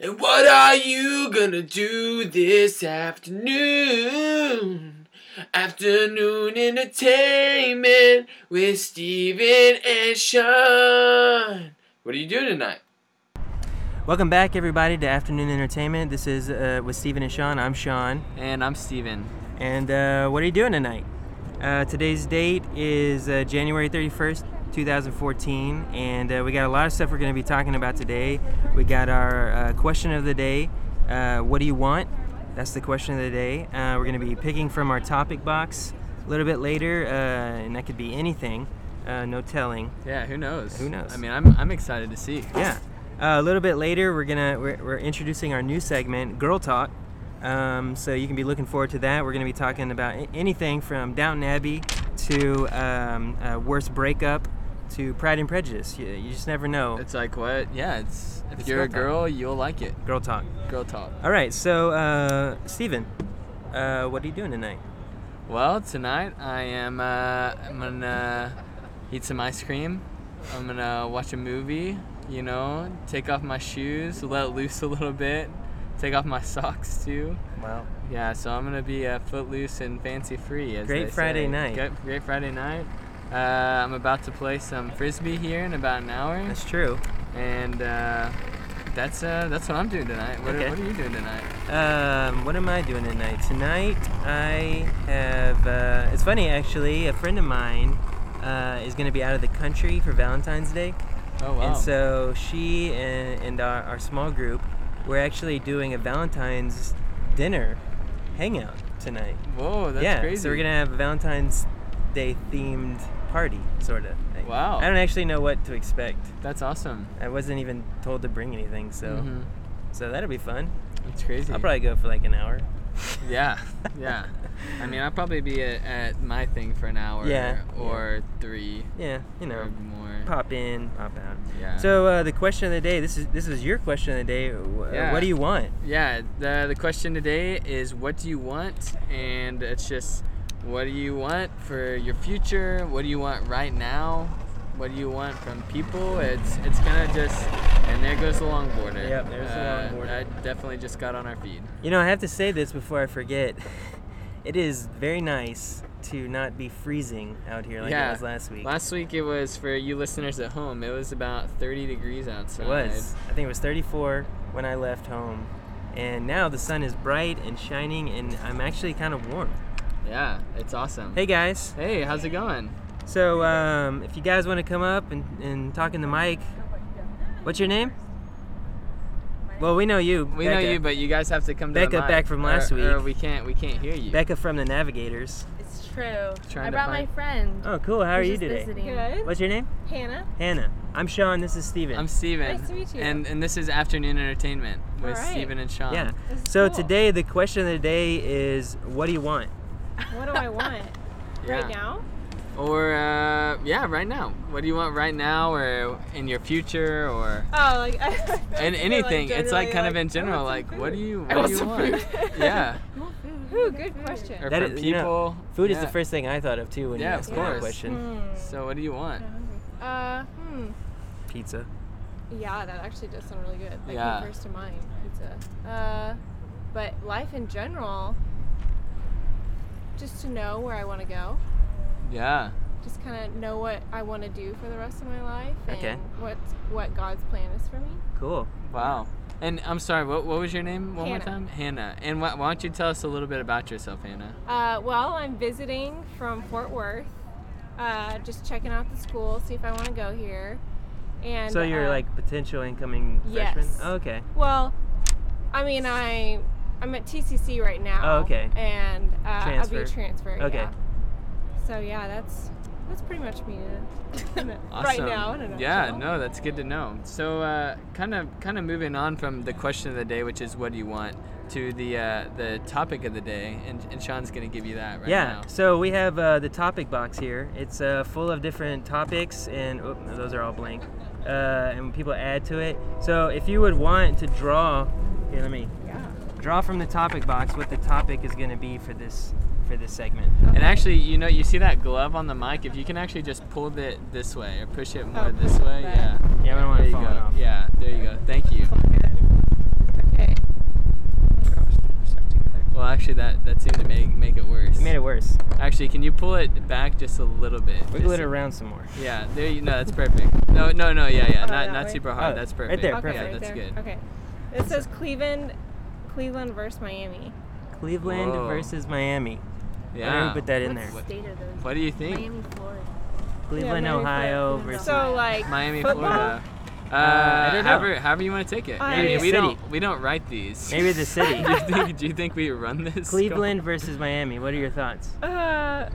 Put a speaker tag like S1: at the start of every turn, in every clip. S1: And what are you gonna do this afternoon? Afternoon entertainment with Steven and Sean. What are you doing tonight?
S2: Welcome back, everybody, to Afternoon Entertainment. This is uh, with Steven and Sean. I'm Sean.
S3: And I'm Steven.
S2: And uh, what are you doing tonight? Uh, today's date is uh, January 31st, 2014, and uh, we got a lot of stuff we're going to be talking about today. We got our uh, question of the day uh, What do you want? That's the question of the day. Uh, we're going to be picking from our topic box a little bit later, uh, and that could be anything, uh, no telling.
S3: Yeah, who knows?
S2: Who knows?
S3: I mean, I'm, I'm excited to see.
S2: Yeah. Uh, a little bit later, we're gonna we're, we're introducing our new segment, Girl Talk. Um, so you can be looking forward to that. We're gonna be talking about a- anything from Downton Abbey to um, uh, worst breakup to Pride and Prejudice. You, you just never know.
S3: It's like what? Yeah, it's if
S2: It's
S3: you're a
S2: girl
S3: girl, you'll like it.
S2: Girl Talk.
S3: Girl talk.
S2: All right. So uh, Stephen, uh, what are you doing tonight?
S3: Well, tonight I am uh, I'm gonna eat some ice cream. I'm gonna watch a movie. You know, take off my shoes, let loose a little bit, take off my socks too.
S2: Wow.
S3: Yeah, so I'm gonna be uh, footloose and fancy free. As
S2: Great
S3: they
S2: Friday
S3: say.
S2: night.
S3: Great, great Friday night. Uh, I'm about to play some frisbee here in about an hour,
S2: That's true.
S3: and uh, that's uh, that's what I'm doing tonight. What,
S2: Okay.
S3: are, what are you doing tonight?
S2: Um, what am I doing tonight? Tonight I have. Uh, it's funny actually. A friend of mine uh, is going to be out of the country for Valentine's Day,
S3: Oh wow.
S2: and so she and, and our, our small group we're actually doing a Valentine's dinner hangout tonight.
S3: Whoa, that's
S2: yeah,
S3: crazy.
S2: so we're gonna have a Valentine's Day themed party, sort of.
S3: Wow.
S2: I don't actually know what to expect.
S3: That's awesome.
S2: I wasn't even told to bring anything, so
S3: Mhm.
S2: so that'll be fun.
S3: That's crazy.
S2: I'll probably go for like an hour.
S3: Yeah, yeah. I mean, I'll probably be at, at my thing for an hour
S2: Yeah,
S3: or three
S2: Yeah, you know,
S3: or more.
S2: pop in, pop out.
S3: Yeah.
S2: So uh, the question of the day. This is this is your question of the day. Wh-
S3: Yeah.
S2: What do you want?
S3: Yeah, the, the question today is what do you want? And it's just what do you want for your future? What do you want right now? What do you want from people? It's it's kind of just and there goes the longboarder.
S2: Yep, there's the longboarder.
S3: That definitely just got on our feed.
S2: You know, I have to say this before I forget. It is very nice to not be freezing out here like
S3: yeah.
S2: it was last week.
S3: Last week it was for you listeners at home. It was about 30 degrees outside.
S2: it was. I think it was 34 when I left home, and now the sun is bright and shining, and I'm actually kind of warm.
S3: Yeah, it's awesome.
S2: Hey guys.
S3: Hey, how's it going?
S2: So um, if you guys want to come up and, and talk in the mic, what's your name? Well, we know you.
S3: We
S2: Becca.
S3: know you, but you guys have to come to the
S2: Becca
S3: mic,
S2: back from last
S3: or- or
S2: week.
S3: we can't we can't hear you.
S2: Becca from the Navigators.
S4: It's true.
S3: Trying
S4: I
S3: to
S4: brought
S3: find-
S4: my friend.
S2: Oh, cool. How are
S4: He's
S2: you
S4: just
S2: today?
S4: visiting.
S2: What's your name?
S4: Hannah.
S2: Hannah. I'm Sean. This is Steven.
S3: I'm Steven.
S4: Nice to meet you.
S3: And and this is Afternoon Entertainment with
S4: All right.
S3: Steven and Sean.
S2: yeah.
S4: This is
S2: So
S4: cool.
S2: today the question of the day is, what do you want?
S4: What do I want
S3: Yeah.
S4: right now?
S3: Or uh, yeah, right now. What do you want right now or in your future or
S4: Oh, like oh, I
S3: and anything. it's like kind of in general like what do you what do you want? yeah.
S4: Ooh, good question.
S3: Or
S2: That
S3: for
S2: is-
S3: people.
S2: you know, Food is the
S3: Yeah.
S2: first thing I thought of too when
S3: Yeah,
S2: you
S3: of
S2: asked me that
S3: course.
S2: question.
S3: So what do you want?
S4: Uh, hmm.
S3: Mm.
S2: Pizza.
S4: Yeah, that actually does sound really good. That
S3: Yeah.
S4: came first to mind. Pizza. Uh, but life in general, just to know where I want to go.
S3: Yeah.
S4: Just kind of know what I want to do for the rest of my life and
S2: Okay.
S4: what what God's plan is for me.
S2: Cool.
S3: Wow. And I'm sorry, what, what was your name one
S4: Hannah.
S3: more time? Hannah. And why, why don't you tell us a little bit about yourself, Hannah?
S4: Uh, well, I'm visiting from Fort Worth. Uh, just checking out the school, see if I want to go here. And
S2: so you're
S4: uh,
S2: like potential incoming
S4: yes.
S2: freshman. Oh, okay.
S4: well, I mean, I I'm at TCC right now.
S2: Oh, okay.
S4: And uh, I'll be
S2: Transfer.
S4: a transfer.
S2: Okay.
S4: yeah. So yeah, that's that's pretty much me in a- right
S3: Awesome.
S4: now. in a
S3: Yeah,
S4: nutshell.
S3: no, that's good to know. So, uh, kind of, kind of moving on from the question of the day, which is what do you want, to the uh, the topic of the day, and, and Sean's gonna give you that right
S2: yeah.
S3: now.
S2: So we have uh, the topic box here. It's uh, full of different topics, and oh, no, those are all blank. Uh, and people add to it. So if you would want to draw, here, let me draw from the topic box what the topic is going to be for this for this segment.
S3: And actually, you know, you see that glove on the mic. If you can actually just pull it this way or push it more
S4: Oh,
S3: this way, yeah.
S4: right.
S2: Yeah, I don't
S3: There
S2: want
S3: you
S2: to
S3: go.
S2: fall off.
S3: Yeah, there you go. Thank you. seemed to make make it worse.
S2: You made it worse.
S3: Actually, can you pull it back just a little bit?
S2: Wiggle
S3: Just-
S2: it around some more.
S3: Yeah, there you no, that's perfect. No, no, no, yeah, yeah,
S4: Oh,
S3: not
S4: that
S3: not
S4: way?
S3: super hard.
S2: Oh,
S3: that's
S2: right
S3: perfect.
S2: there,
S3: Yeah,
S4: Okay,
S2: perfect.
S4: right
S3: that's
S4: there.
S3: good.
S4: Okay. It says Cleveland, Cleveland versus Miami.
S2: Cleveland
S3: Whoa.
S2: versus Miami. Why don't we
S3: Yeah.
S2: put that in
S5: What
S2: there.
S5: state are those?
S3: What do you think?
S5: Miami, Florida.
S2: Cleveland,
S4: Miami,
S2: Ohio
S5: Florida.
S2: versus.
S4: So like
S3: Miami,
S4: football? Oh,
S3: Florida. Uh,
S2: I don't know.
S3: however, however you want to take it.
S4: I-
S3: I mean,
S4: Maybe
S3: we
S2: the
S3: don't we don't write these.
S2: Maybe the
S3: do
S2: city.
S3: you think do you think we run this?
S2: Cleveland versus Miami. What are your thoughts?
S4: Uh,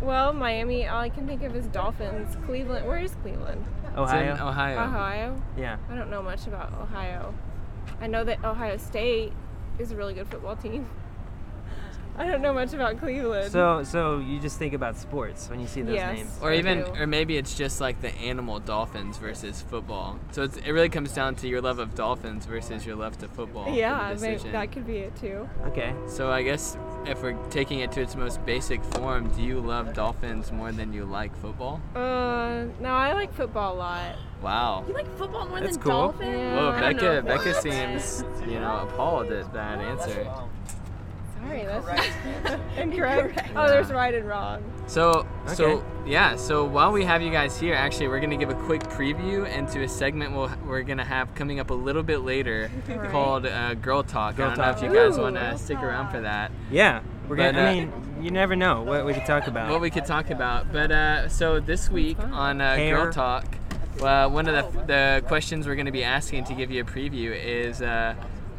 S4: well, Miami. All I can think of is Dolphins. Cleveland. Where is Cleveland?
S3: It's in
S2: Ohio.
S3: Ohio.
S4: Ohio.
S2: Yeah.
S4: Uh-huh, I don't know much about Ohio. I know that Ohio State is a really good football team. I don't know much about Cleveland.
S2: So so you just think about sports when you see those
S4: Yes.
S2: names.
S3: Or
S4: I
S3: even,
S4: do.
S3: or maybe it's just like the animal dolphins versus football. So it's, it really comes down to your love of dolphins versus your love to football. for the
S4: yeah, may
S3: decision.
S4: that could be it too.
S2: Okay.
S3: So I guess if we're taking it to its most basic form, do you love dolphins more than you like football?
S4: Uh, no, I like football a lot.
S3: Wow.
S5: You like football more
S2: That's
S5: than
S2: cool.
S5: dolphins?
S4: Yeah.
S3: Whoa,
S4: Mm, I don't
S3: Becca,
S5: know.
S3: Becca
S5: What?
S3: seems, you know, appalled at that answer.
S4: Sorry, that's incorrect. Oh, there's right and wrong.
S3: So,
S2: Okay.
S3: so yeah. So while we have you guys here, actually, we're gonna give a quick preview into a segment we'll, we're gonna have coming up a little bit later
S4: Alright.
S3: called uh, Girl Talk.
S2: Girl
S3: I don't
S2: Talk.
S3: know if you guys
S4: Ooh.
S3: want to stick around for that.
S2: Yeah. We're
S3: But,
S2: gonna.
S3: uh,
S2: I mean, you never know what we could talk about.
S3: What we could talk about, but uh, so this week on uh,
S2: Hair.
S3: Girl Talk, well, one of the, the questions we're gonna be asking to give you a preview is. Uh,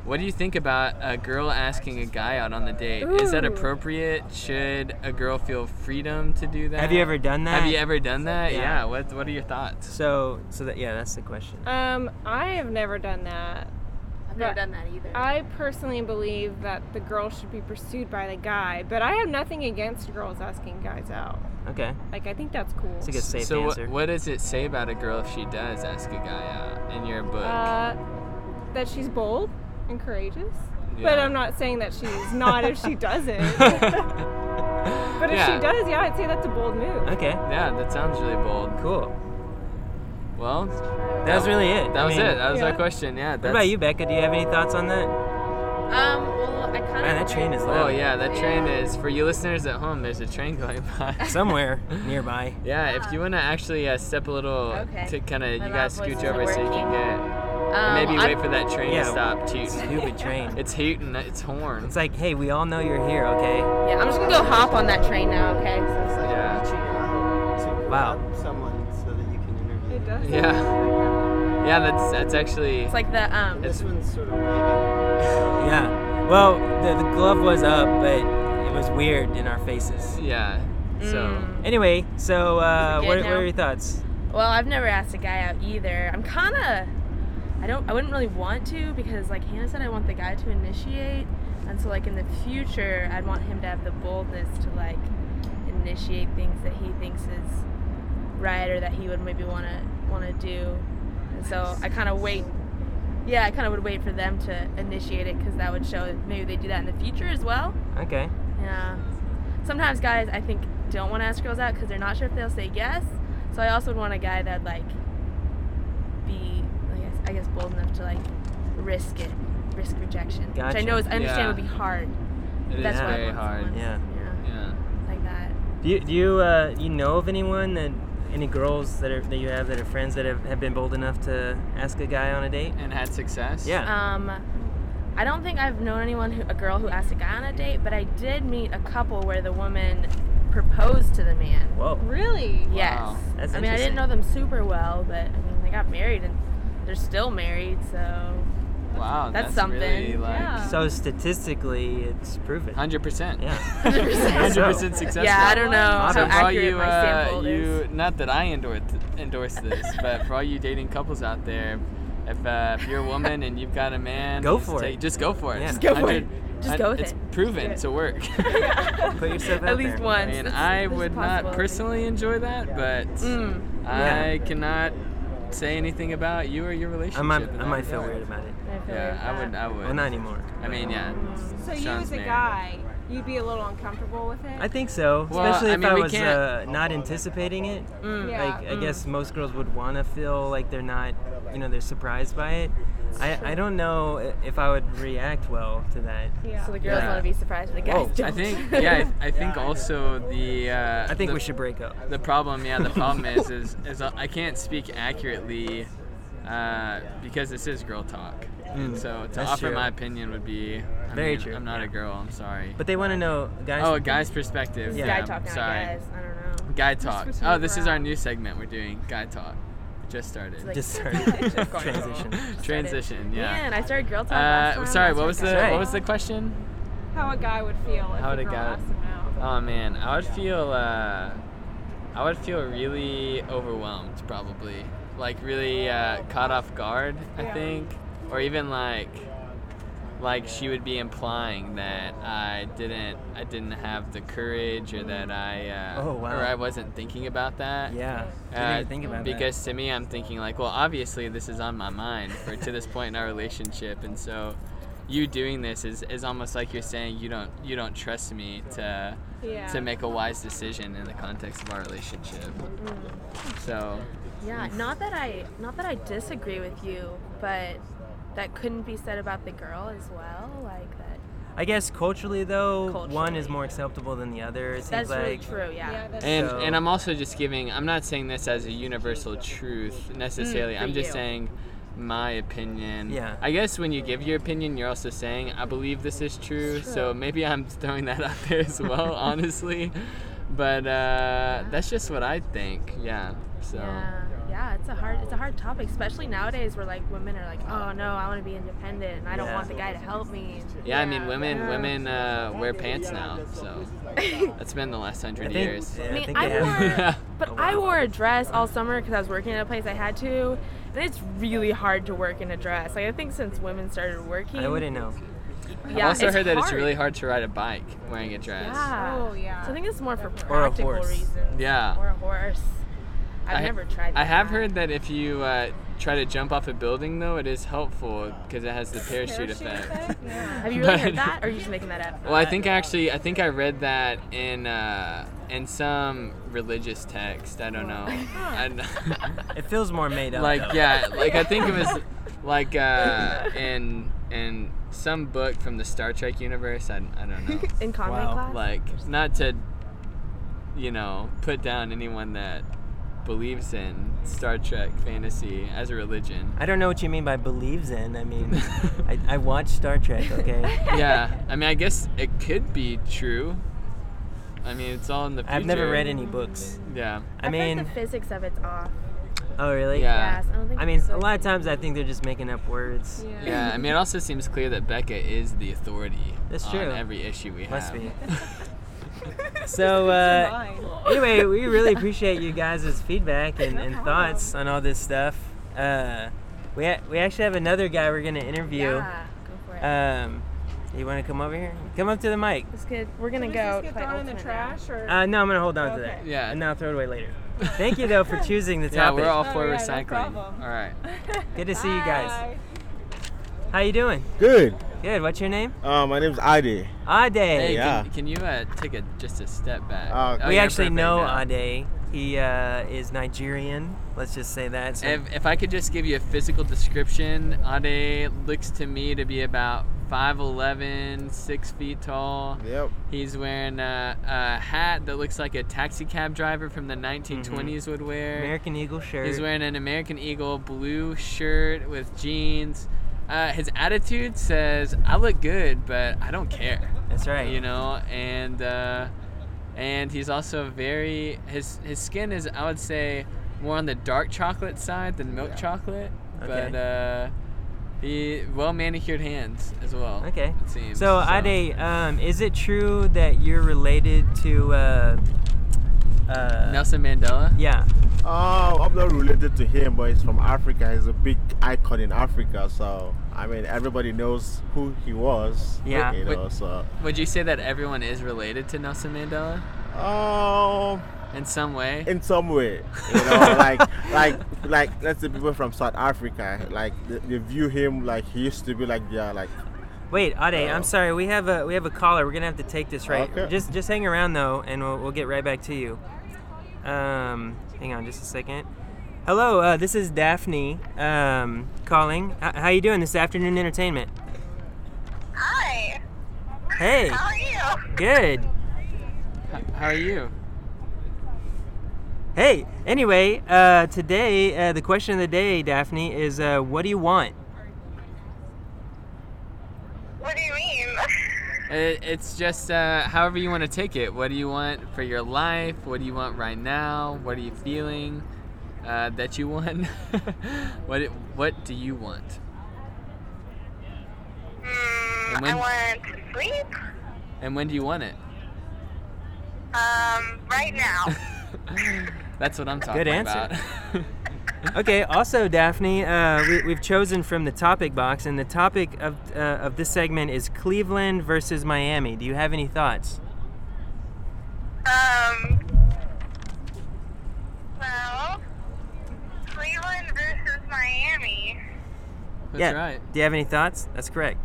S3: what do you think about a girl asking a guy out on the date? Is that
S4: Ooh.
S3: appropriate? Should a girl feel freedom to do that?
S2: Have you ever done that?
S3: Have you ever done that?
S2: Yeah.
S3: Yeah. What What are your thoughts?
S2: So so that yeah, that's the question.
S4: Um, I have never done that.
S5: I've never
S4: But
S5: done that either.
S4: I personally believe that the girl should be pursued by the guy, but I have nothing against girls asking guys out.
S2: Okay.
S4: Like, I think that's cool.
S2: It's a good safe
S3: so
S2: answer.
S3: What, what does it say about a girl if she does ask a guy out in your book?
S4: Uh, that she's bold and courageous. But
S3: Yeah.
S4: I'm not saying that she's not if she doesn't. but if
S3: Yeah.
S4: she does, yeah, I'd say that's a bold move.
S2: okay.
S3: yeah, that sounds really bold.
S2: Cool.
S3: Well,
S2: That was really it.
S3: that
S2: I
S3: was
S2: mean,
S3: it. That was our
S4: Yeah.
S3: question. Yeah. That's,
S2: What about you, Becca? Do you have any thoughts on that?
S5: um, well, I kind of.
S2: Man, that train is
S3: Oh
S2: loud.
S3: yeah, that train is for you listeners at home. There's a train going by.
S2: Somewhere nearby.
S3: yeah, if you want to actually uh, step a little,
S5: Okay.
S3: to kind of you
S5: My
S3: guys
S5: loud
S3: scooch
S5: voice isn't
S3: over so you can
S5: working.
S3: get
S5: Um,
S3: maybe
S5: I'm-
S3: wait for that train
S2: Yeah.
S3: to stop tooting.
S2: Stupid train.
S3: it's hooting. It's horn.
S2: It's like, hey, we all know you're here, okay?
S5: Yeah, I'm just gonna go hop on that train now. Okay.
S3: Yeah.
S6: uh, to
S2: Wow.
S6: grab someone so that you can interview.
S4: It
S6: them.
S4: does.
S3: yeah. Yeah, that's that's actually.
S5: It's like the um.
S6: This one's sort of waving.
S2: Yeah. Well, the, the glove was up, but it was weird in our faces.
S3: Yeah.
S5: mm.
S3: So.
S2: Anyway, so uh,
S5: Is it
S2: what,
S5: good
S2: what are
S5: now?
S2: your thoughts?
S5: Well, I've never asked a guy out either. I'm kind of, I don't, I wouldn't really want to because, like Hannah said, I want the guy to initiate, and so like in the future, I'd want him to have the boldness to like initiate things that he thinks is right or that he would maybe want to want to do. And so I kind of wait. Yeah, I kind of would wait for them to initiate it because that would show that maybe they do that in the future as well.
S2: Okay.
S5: Yeah. Sometimes guys, I think, don't want to ask girls out because they're not sure if they'll say yes. So I also would want a guy that like be, I guess, I guess bold enough to like risk it, risk rejection, which I
S2: Gotcha.
S5: know is I understand
S3: Yeah.
S5: would be hard.
S3: It is
S5: That's why I
S3: very
S5: want
S3: hard.
S5: someone,
S2: Yeah.
S5: yeah,
S3: Yeah.
S5: like that.
S2: Do you do you, uh, you know of anyone that any girls that are that you have that are friends that have, have been bold enough to ask a guy on a date?
S3: And had success.
S2: Yeah.
S5: Um, I don't think I've known anyone who a girl who asked a guy on a date, but I did meet a couple where the woman proposed to the man.
S2: Whoa.
S4: Really?
S5: Yes.
S3: Wow.
S2: That's
S5: I mean, I
S2: interesting.
S5: didn't know them super well, but I mean, they got married and they're still married, so
S3: Wow.
S5: That's
S3: That's,
S5: something.
S3: Really, like,
S4: Yeah.
S2: So statistically, it's proven.
S3: 100%.
S2: Yeah.
S5: 100%.
S3: 100% successful.
S5: Yeah, I don't know how
S3: So for all
S5: Oh, accurate
S3: you,
S5: my
S3: uh,
S5: sample
S3: you,
S5: is.
S3: not that I endorse endorse this, but for all you dating couples out there, if, uh, if you're a woman and you've got a man,
S2: Go
S3: just
S2: for
S3: take-
S2: it.
S3: Just go for it.
S2: Yeah. Just
S5: go for it.
S3: 100
S5: Just
S3: I-
S5: go with
S3: it's
S5: it.
S3: proven
S5: Just
S3: to work.
S2: Put yourself out
S5: At least
S2: there.
S5: once.
S3: I mean,
S5: This is-
S3: I
S5: this is
S3: would not
S5: possibility.
S3: personally enjoy that, but
S5: Mm,
S3: I cannot say anything about you or your relationship.
S2: I might
S3: in
S2: I
S3: that
S2: might feel
S3: regard.
S2: weird about it.
S5: I feel
S3: Yeah,
S5: like
S3: I would.
S5: that.
S3: I would.
S2: Well, not anymore.
S3: I mean, yeah.
S4: So you
S3: Sean's
S4: as a
S3: married.
S4: guy, you'd be a little uncomfortable with it?
S2: I think so,
S3: Well,
S2: especially
S3: I
S2: if
S3: mean,
S2: I
S3: we
S2: was uh,
S3: can't-
S2: not anticipating it.
S5: Mm.
S4: yeah.
S2: Like I guess most girls would want to feel like they're not, you know, they're surprised by it.
S4: That's
S2: I, I
S4: true.
S2: don't know i- if I would react well to that.
S4: Yeah.
S5: So the girls
S2: Yeah.
S5: want to be surprised, but the guys
S2: Whoa,
S5: don't.
S3: I think yeah, I, I think also the uh,
S2: I think
S3: the,
S2: we should break up.
S3: The problem, yeah, the problem is is is I can't speak accurately uh, because this is girl talk, and
S2: Mm,
S3: so to
S2: that's
S3: offer
S2: true.
S3: my opinion would be I
S2: Very
S3: mean,
S2: true,
S3: I'm not a girl. I'm sorry.
S2: But they want to know, guys.
S3: oh, a guy's perspective.
S5: This
S2: Yeah.
S5: is guy talk now,
S3: sorry.
S5: guys. I don't know.
S3: Guy talk.
S4: switching
S3: Oh,
S4: it
S3: this is our
S4: around.
S3: new segment we're doing. Guy talk. It Just started.
S5: It's like-
S2: Just sorry.
S5: Just going
S2: Transition.
S3: Transition. Yeah.
S5: Man, I started girl talk. last
S3: Uh,
S5: time,
S3: sorry.
S5: that's
S3: What
S5: why
S3: was
S5: guys
S3: the
S2: Right.
S5: don't
S3: what was the
S5: know.
S3: question?
S4: how a guy would feel if
S3: How
S4: a
S3: would a
S4: girl
S3: guy-
S4: asked him out.
S3: Oh man, I would feel uh, I would feel really overwhelmed probably, like really uh, caught off guard. I
S4: Yeah.
S3: think, or even like like she would be implying that I didn't I didn't have the courage or that I uh,
S2: Oh, wow.
S3: or I wasn't thinking about that.
S2: Yeah. I didn't
S3: Uh,
S2: even think about that.
S3: because to me, I'm thinking like, well, obviously this is on my mind for to this point in our relationship, and so you doing this is, is almost like you're saying you don't you don't trust me to
S4: Yeah.
S3: to make a wise decision in the context of our relationship.
S5: Mm-hmm.
S3: So
S5: Yeah,
S3: Mm.
S5: not that I not that I disagree with you, but that couldn't be said about the girl as well. Like that.
S2: I guess culturally though, one is
S5: Culturally.
S2: more acceptable than the other. It seems
S5: That's
S2: like
S5: really true. Yeah.
S4: Yeah, that's
S3: and
S2: So-
S3: and I'm also just giving I'm not saying this as a universal truth necessarily.
S5: Mm, for
S3: I'm just
S5: you.
S3: saying my opinion.
S2: Yeah.
S3: I guess when you give your opinion, you're also saying I believe this is true. So maybe I'm throwing that out there as well, honestly. But uh, that's just what I think. Yeah. So.
S5: Yeah, yeah, it's a hard it's a hard topic, especially nowadays where like women are like, oh no, I want to be independent and I don't
S2: Yeah.
S5: want the guy to help me.
S3: Yeah, I mean,
S4: Yeah.
S3: women
S5: Yeah.
S3: women uh, wear pants now, so that's been the last
S2: I
S3: hundred
S2: think,
S3: years.
S2: yeah,
S5: I
S2: I
S5: mean,
S2: think
S5: I
S2: they have-
S5: wore- But I wore a dress all summer because I was working at a place I had to, and it's really hard to work in a dress. Like I think since women started working,
S2: I wouldn't know.
S3: I've
S5: Yeah,
S3: also
S5: it's
S3: heard that it's
S5: hard.
S3: really hard to ride a bike wearing a dress.
S5: Yeah.
S4: Oh, yeah.
S5: So I think it's more for
S2: Or a
S5: practical
S2: horse.
S5: reasons.
S3: Yeah.
S5: Or a horse. I've
S3: I-
S5: never tried.
S3: I have
S5: that.
S3: heard that if you uh, try to jump off a building, though, it is helpful because it has the parachute, effect.
S4: Yeah.
S5: Have you really
S3: but-
S5: heard that, or are you just making that up?
S3: Well, I think actually, I think I read that in uh, in some religious text. I don't know. I-
S2: It feels more made up.
S3: like
S2: though.
S3: yeah, like I think it was like uh, in in some book from the Star Trek universe. I, I don't know.
S5: In convent
S2: Wow.
S5: class.
S3: like not to you know put down anyone that believes in star trek fantasy as a religion
S2: I don't know what you mean by believes in. I mean, I, I watch Star Trek. Okay.
S3: yeah i mean i guess it could be true i mean it's all in the future
S2: I've never read any books.
S3: yeah
S2: I
S5: I've heard
S2: mean,
S5: the physics of it's off.
S2: oh really?
S3: Yeah.
S5: Yes, I don't think.
S2: I mean,
S5: it's
S2: a
S5: so-
S2: lot of times I think they're just making up words.
S3: yeah i mean it also seems clear that becca is the authority
S2: That's
S3: on
S2: true.
S3: every issue we
S2: Must
S3: have
S2: be. So uh, anyway, we really appreciate you guys' feedback and, and thoughts on all this stuff. Uh, we ha- we actually have another guy we're gonna interview.
S5: Yeah, go for it.
S2: Um, you want to come over here? Come up to the mic.
S5: Let's get, we're gonna
S4: Does
S5: go.
S4: this get
S5: play
S4: thrown in the
S5: Ultimate now.
S4: trash or?
S2: Uh, no, I'm gonna hold on to
S4: Okay.
S2: that.
S3: Yeah.
S2: And now throw it away later. Thank you though for choosing the
S3: yeah
S2: topic.
S3: we're all
S4: Oh,
S3: for
S4: yeah, no
S3: recycling
S4: problem.
S3: all right
S2: Good to see you guys.
S4: Bye.
S2: How you doing?
S7: Good.
S2: Good. What's your name?
S7: Uh, my name's Ade.
S2: Ade.
S3: hey
S7: Yeah.
S3: can, can you uh, take a just a step back
S7: Uh,
S3: Oh,
S2: we
S3: you're
S2: actually
S3: perfect
S2: know
S3: now.
S2: Ade. He uh, is Nigerian. Let's just say that. So
S3: If, if I could just give you a physical description, Ade looks to me to be about 5'11, 6 feet tall.
S7: Yep.
S3: He's wearing a, a hat that looks like a taxi cab driver from the 1920s would wear.
S2: Mm-hmm. American Eagle shirt.
S3: He's wearing an American Eagle blue shirt with jeans. Uh, his attitude says, I look good, but I don't care
S2: That's right.
S3: you know and uh, and he's also very his his skin is i would say more on the dark chocolate side than milk chocolate
S2: Okay.
S3: but uh he well manicured hands as well
S2: Okay.
S3: it seems
S2: So, Ade, um, is it true that you're related to? Uh, uh,
S3: nelson mandela
S2: Yeah.
S7: Oh, I'm not related to him, but he's from Africa. He's a big icon in Africa, so I mean everybody knows who he was.
S2: Yeah.
S7: You
S3: Wait.
S7: know, so
S3: would you say that everyone is related to nelson mandela
S7: um,
S3: in some way
S7: in some way, you know, like like like let's say people from South Africa, like they, they view him like he used to be like yeah, like
S2: Wait, Ade, I'm
S7: Oh.
S2: sorry. We have a we have a caller. We're gonna have to take this right.
S7: Okay.
S2: Just just hang around though, and we'll, we'll get right back to you. Um, hang on just a second. Hello, uh, this is Daphne um, calling. H- how you doing this afternoon entertainment?
S8: Hi.
S2: Hey,
S8: How are you?
S2: good.
S3: H- how are you?
S2: Hey, anyway, uh, today, uh, the question of the day, Daphne, is uh, what do you want?
S8: What do you mean?
S3: It, it's just uh, however you want to take it. What do you want for your life? What do you want right now? What are you feeling uh, that you want? what it, What do you want?
S8: Hmm,
S3: And when-
S8: I want to sleep.
S3: And when do you want it?
S8: Um, right now.
S3: That's what I'm talking
S2: Good answer.
S3: about.
S2: Okay, also, Daphne, uh, we, we've chosen from the topic box, and the topic of, uh, of this segment is Cleveland versus Miami. Do you have any thoughts?
S8: um. Well, Cleveland versus Miami.
S3: That's
S2: yeah.
S3: right.
S2: Do you have any thoughts? That's correct.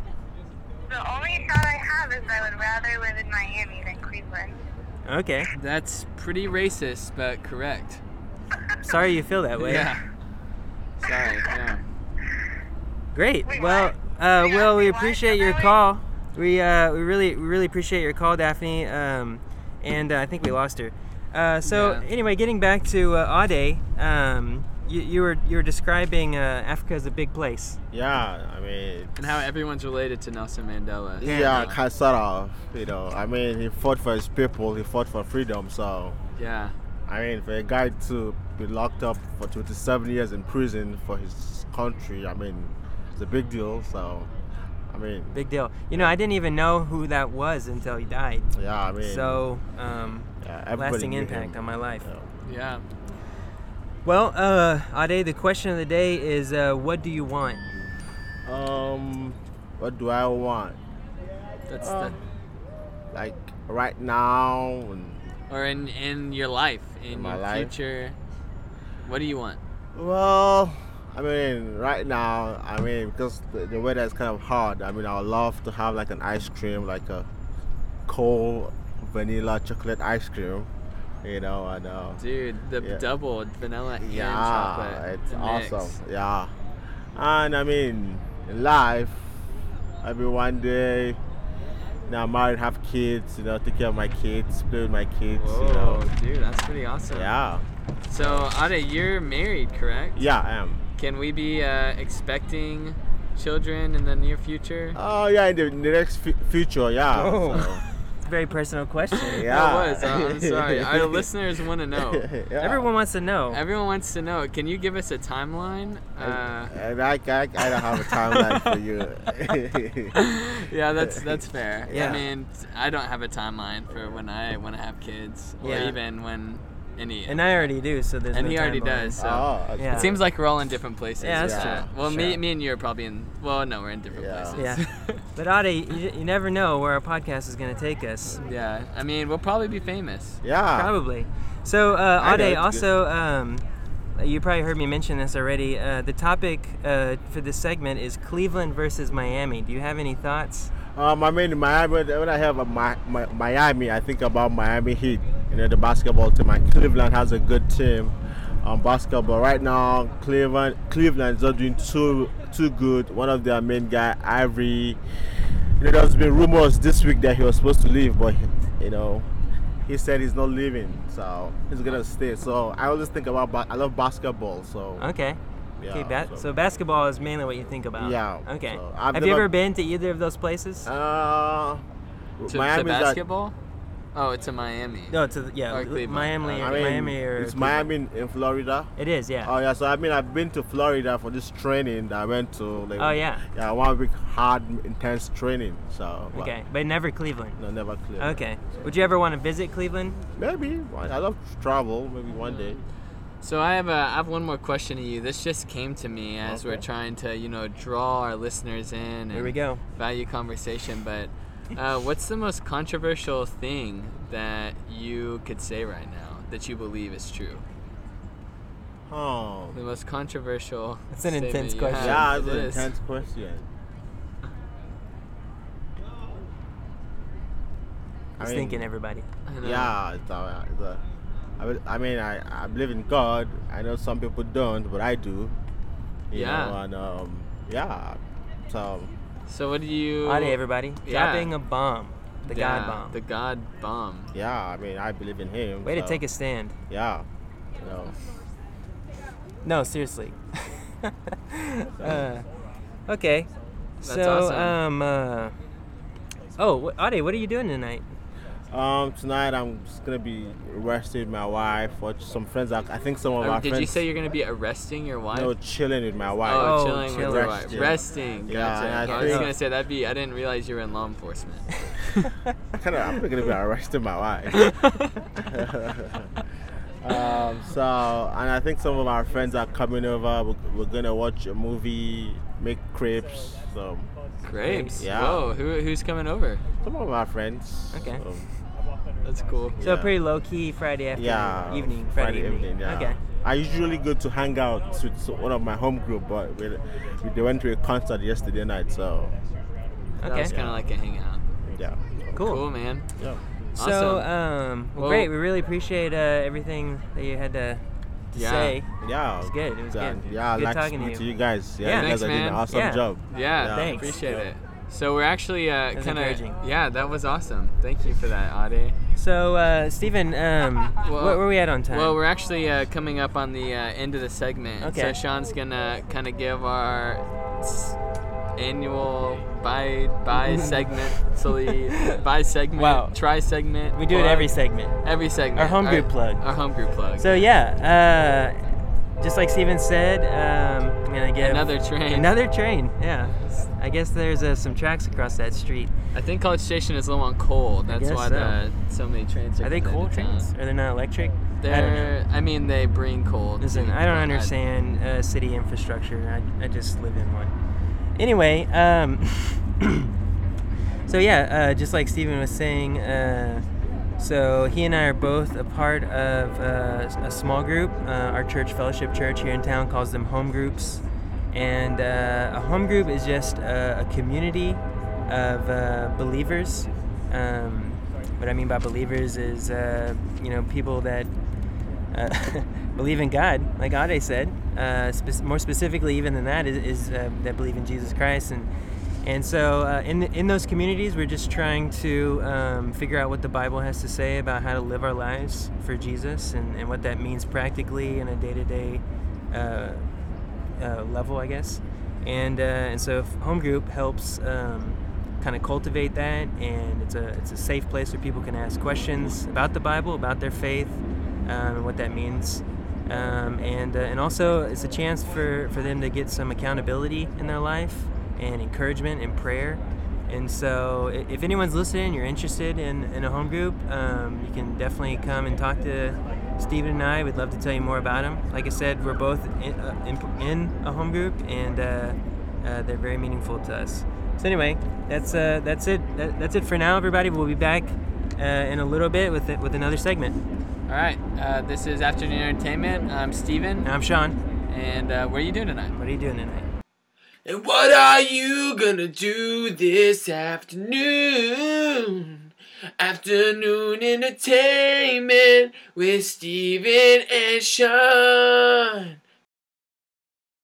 S8: The only thought I have is I would rather live in Miami than Cleveland.
S2: Okay.
S3: That's pretty racist, but correct.
S2: Sorry you feel that way.
S3: Yeah. Sorry. Yeah.
S2: Great.
S8: Wait,
S2: well,
S8: what?
S2: uh,
S8: Wait,
S2: well, we
S8: why?
S2: appreciate your call. We uh, we really we really appreciate your call, Daphne. Um, and uh, I think we lost her. Uh, so
S3: Yeah.
S2: anyway, getting back to uh, Ade, um, you, you were you were describing uh, Africa as a big place.
S7: Yeah, I mean,
S3: And how everyone's related to Nelson Mandela.
S7: yeah, kind of, sort of, you know. I mean, he fought for his people, he fought for freedom. So,
S3: Yeah.
S7: I mean, for a guy to be locked up for 27 years in prison for his country, I mean, it's a big deal. So, I mean,
S2: Big deal. You know, I didn't even know who that was until he died.
S7: yeah, I mean,
S2: So um,
S7: yeah, everybody
S2: lasting
S7: knew
S2: impact
S7: him.
S2: on my life.
S3: Yeah.
S7: Yeah.
S2: Well, uh, Ade, the question of the day is, uh, what do you want?
S7: Um, what do I want?
S3: That's
S7: Like right now, and,
S3: the, or in in your life, in
S7: my
S3: your
S7: life.
S3: future. What do you want?
S7: well, I mean, right now, I mean, because the, the weather is kind of hard. I mean, I would love to have like an ice cream, like a cold vanilla chocolate ice cream, you know, and uh,
S3: Dude, the
S7: Yeah.
S3: double vanilla and
S7: yeah,
S3: chocolate.
S7: it's
S3: the mix.
S7: awesome, yeah. And I mean, in life, every one day. Now I'm married, have kids, you know, take care of my kids, play with my kids, you
S3: Whoa,
S7: know.
S3: dude, that's pretty awesome.
S7: Yeah,
S3: So, Ada, you're married, correct?
S7: yeah, I am.
S3: Can we be uh, expecting children in the near future?
S7: Oh yeah, in the, in the next f- future, yeah.
S2: Oh.
S7: so,
S2: It's a very personal question.
S7: yeah.
S3: That was. I- I'm sorry. Our listeners want to know.
S7: Yeah.
S2: Everyone wants to know.
S3: Everyone wants to know. Can you give us a timeline? Uh,
S7: And I, I, I don't have a timeline for you.
S3: yeah, that's that's fair.
S2: Yeah.
S3: I mean, t- I don't have a timeline for when I want to have kids, or
S2: Yeah.
S3: even when any.
S2: And I already do, so there's
S3: And
S2: no
S3: he already
S2: timeline.
S3: does. So
S7: oh, okay.
S2: Yeah.
S3: it seems like we're all in different places.
S2: Yeah, that's
S7: true.
S3: Well, me,
S2: Sure.
S3: me and you are probably in. Well, no, we're in different
S7: Yeah.
S3: places.
S2: But Ade, you, you never know where our podcast is going to take us.
S3: Yeah. I mean, we'll probably be famous.
S7: Yeah.
S2: Probably. So, uh,
S7: Ah. I know,
S2: Ade,
S7: it's
S2: also, um, you probably heard me mention this already. Uh, the topic uh, for this segment is Cleveland versus Miami. Do you have any thoughts?
S7: Um, I mean, Miami. When I have a Mi- Mi- Miami, I think about Miami Heat. You know, the basketball team. And Cleveland has a good team on basketball right now. Cleveland, Cleveland's not doing too too good. One of their main guy, Ivory. You know, there's been rumors this week that he was supposed to leave, but you know, he said he's not leaving, so he's gonna stay. So I always think about. Ba- I love basketball, so
S2: Okay.
S7: yeah.
S2: okay. Ba- so. basketball is mainly what you think about.
S7: Yeah,
S2: Okay.
S7: so
S2: have
S7: I've
S2: you
S7: never-
S2: ever been to either of those places?
S7: uh,
S3: To, to
S7: Miami's got-
S3: basketball. oh, it's a Miami.
S2: no, to the, yeah,
S3: or
S2: L-
S3: Cleveland.
S2: Miami,
S3: Uh,
S2: or
S7: I mean,
S2: Miami or
S7: it's
S2: Cleveland.
S7: Miami in, in Florida.
S2: It is, yeah.
S7: Oh yeah, so I mean, I've been to Florida for this training that I went to. Like,
S2: Oh, yeah.
S7: yeah, one week hard, intense training. So but
S2: okay, but never Cleveland.
S7: no, never clear.
S2: Okay. Would you ever want to visit Cleveland?
S7: maybe one- I love to travel. Maybe
S2: Mm.
S7: one day.
S3: So I have a, I have one more question to you. This just came to me as we're
S7: Okay.
S3: trying to you know draw our listeners in. And
S2: Here we go.
S3: Value conversation, but uh, what's the most controversial thing that you could say right now that you believe is true?
S7: Oh,
S3: The most controversial.
S2: That's an
S3: statement
S2: intense
S3: you
S2: question.
S3: have.
S7: yeah,
S3: It
S7: it's an
S3: is.
S7: intense question. I
S2: Just
S7: mean,
S2: thinking, everybody.
S3: I know.
S7: Yeah, uh, it's a, it's a I, be- I mean, I, I believe in God. I know some people don't, but I do. You
S3: Yeah.
S7: Know, and um, yeah. So
S3: So what do you?
S2: Hi to everybody.
S3: Yeah.
S2: Dropping a bomb. The
S3: Yeah,
S2: God bomb.
S3: The God bomb.
S7: yeah, I mean, I believe in Him.
S2: Way to
S7: so,
S2: take a stand.
S7: Yeah. You know.
S2: No, seriously. uh, okay.
S3: That's
S2: so,
S3: awesome.
S2: um, uh, oh, wh- Ade, what are you doing tonight?
S7: Um, tonight I'm just gonna be resting with my wife, or some friends. I, I think some of
S3: Oh,
S7: our
S3: did
S7: friends.
S3: you say you're gonna be arresting your wife?
S7: No, chilling with my wife.
S3: Oh,
S2: Oh,
S3: chilling with your
S2: chilling.
S3: wife.
S7: Resting.
S3: Resting.
S7: Yeah,
S3: Gotcha.
S7: and I
S3: I was
S7: think-
S3: gonna say that'd be. I didn't realize you were in law enforcement.
S7: kind of, I'm not gonna be arresting my wife. um, so, and I think some of our friends are coming over. We're, we're gonna watch a movie, make crepes. So,
S3: Grapes.
S7: Yeah.
S3: Whoa. Who, who's coming over?
S7: some of our friends. Um,
S2: Okay.
S7: so,
S3: That's cool.
S2: So,
S7: Yeah.
S2: pretty low key Friday afternoon,
S7: yeah.
S2: evening,
S7: Friday, evening. yeah.
S2: Okay.
S7: I usually go to hang out with so- one of my home group, but we, we, they went to a concert yesterday night. So,
S3: That
S2: Okay.
S3: was kind of like a hangout.
S7: yeah.
S2: Cool.
S3: Cool, man.
S7: Yeah.
S2: So,
S3: Awesome.
S2: um, well,
S3: Well-
S2: great. We really appreciate uh, everything that you had to, to
S3: Yeah.
S2: say.
S7: Yeah.
S2: It's good, it was
S7: and
S2: good.
S7: Yeah, I
S2: Good
S7: like
S2: talking to
S7: speaking to
S2: you.
S7: you guys. Yeah,
S2: Yeah.
S7: you guys
S3: Thanks,
S7: are doing
S3: man.
S7: an awesome
S2: Yeah.
S7: job.
S3: Yeah,
S7: Yeah.
S2: Thanks.
S3: appreciate
S7: Yeah.
S3: it. So we're actually uh,
S2: was
S3: kind
S2: encouraging.
S3: of yeah, that was awesome. Thank you for that, Ade.
S2: So, uh, Stephen, um,
S3: Well-
S2: what were we at on time?
S3: Well, we're actually uh, coming up on the uh, end of the segment.
S2: Okay.
S3: So Sean's gonna kind of give our s- annual by by segment, by segment,
S2: Wow.
S3: try segment.
S2: we do it
S3: plug.
S2: every segment.
S3: every segment.
S2: Our home
S3: Our-
S2: group plug.
S3: Our home group plug.
S2: So yeah, uh, just like Steven said, um, I'm gonna get
S3: Another train.
S2: Another train. Yeah. I guess there's uh, some tracks across that street.
S3: I think College Station is low on coal. That's
S2: guess
S3: why
S2: so.
S3: the, so many trains are.
S2: Are they
S3: coming
S2: coal
S3: into town.
S2: trains? Are they not electric? I don't know.
S3: They're. I, mean, they bring coal. to-
S2: Listen, I don't
S3: but
S2: understand uh, city infrastructure. I, I just live in one. Anyway, um, so yeah, uh, just like Steven was saying, uh, so he and I are both a part of uh, a small group. Uh, our church, Fellowship Church here in town, calls them home groups. And uh, a home group is just uh, a, a community of uh, believers. Um, what I mean by believers is, uh, you know, people that uh, believe in God, like Ade said. Uh, spec- more specifically, even than that, is, is uh, that believe in Jesus Christ, and and so uh, in in those communities, we're just trying to um, figure out what the Bible has to say about how to live our lives for Jesus, and, and what that means practically in a day to day uh, level, I guess. And uh, and so f- home group helps um, kind of cultivate that, and it's a it's a safe place where people can ask questions about the Bible, about their faith, um, and what that means. Um, and uh, and also it's a chance for for them to get some accountability in their life, and encouragement and prayer. And so, i- if anyone's listening, you're interested in, in a home group, um, you can definitely come and talk to Steven and I. We'd love to tell you more about them. Like I said, we're both in, uh, in, in a home group, and uh, uh, they're very meaningful to us. So anyway, that's uh, that's it. That, that's it for now, everybody. We'll be back uh, in a little bit with with another segment.
S3: All right. Uh, this is Afternoon Entertainment. I'm Steven.
S2: And I'm Sean.
S3: And uh, what are you doing tonight?
S2: What are you doing tonight?
S1: And what are you gonna do this afternoon? Afternoon entertainment with Steven and Sean.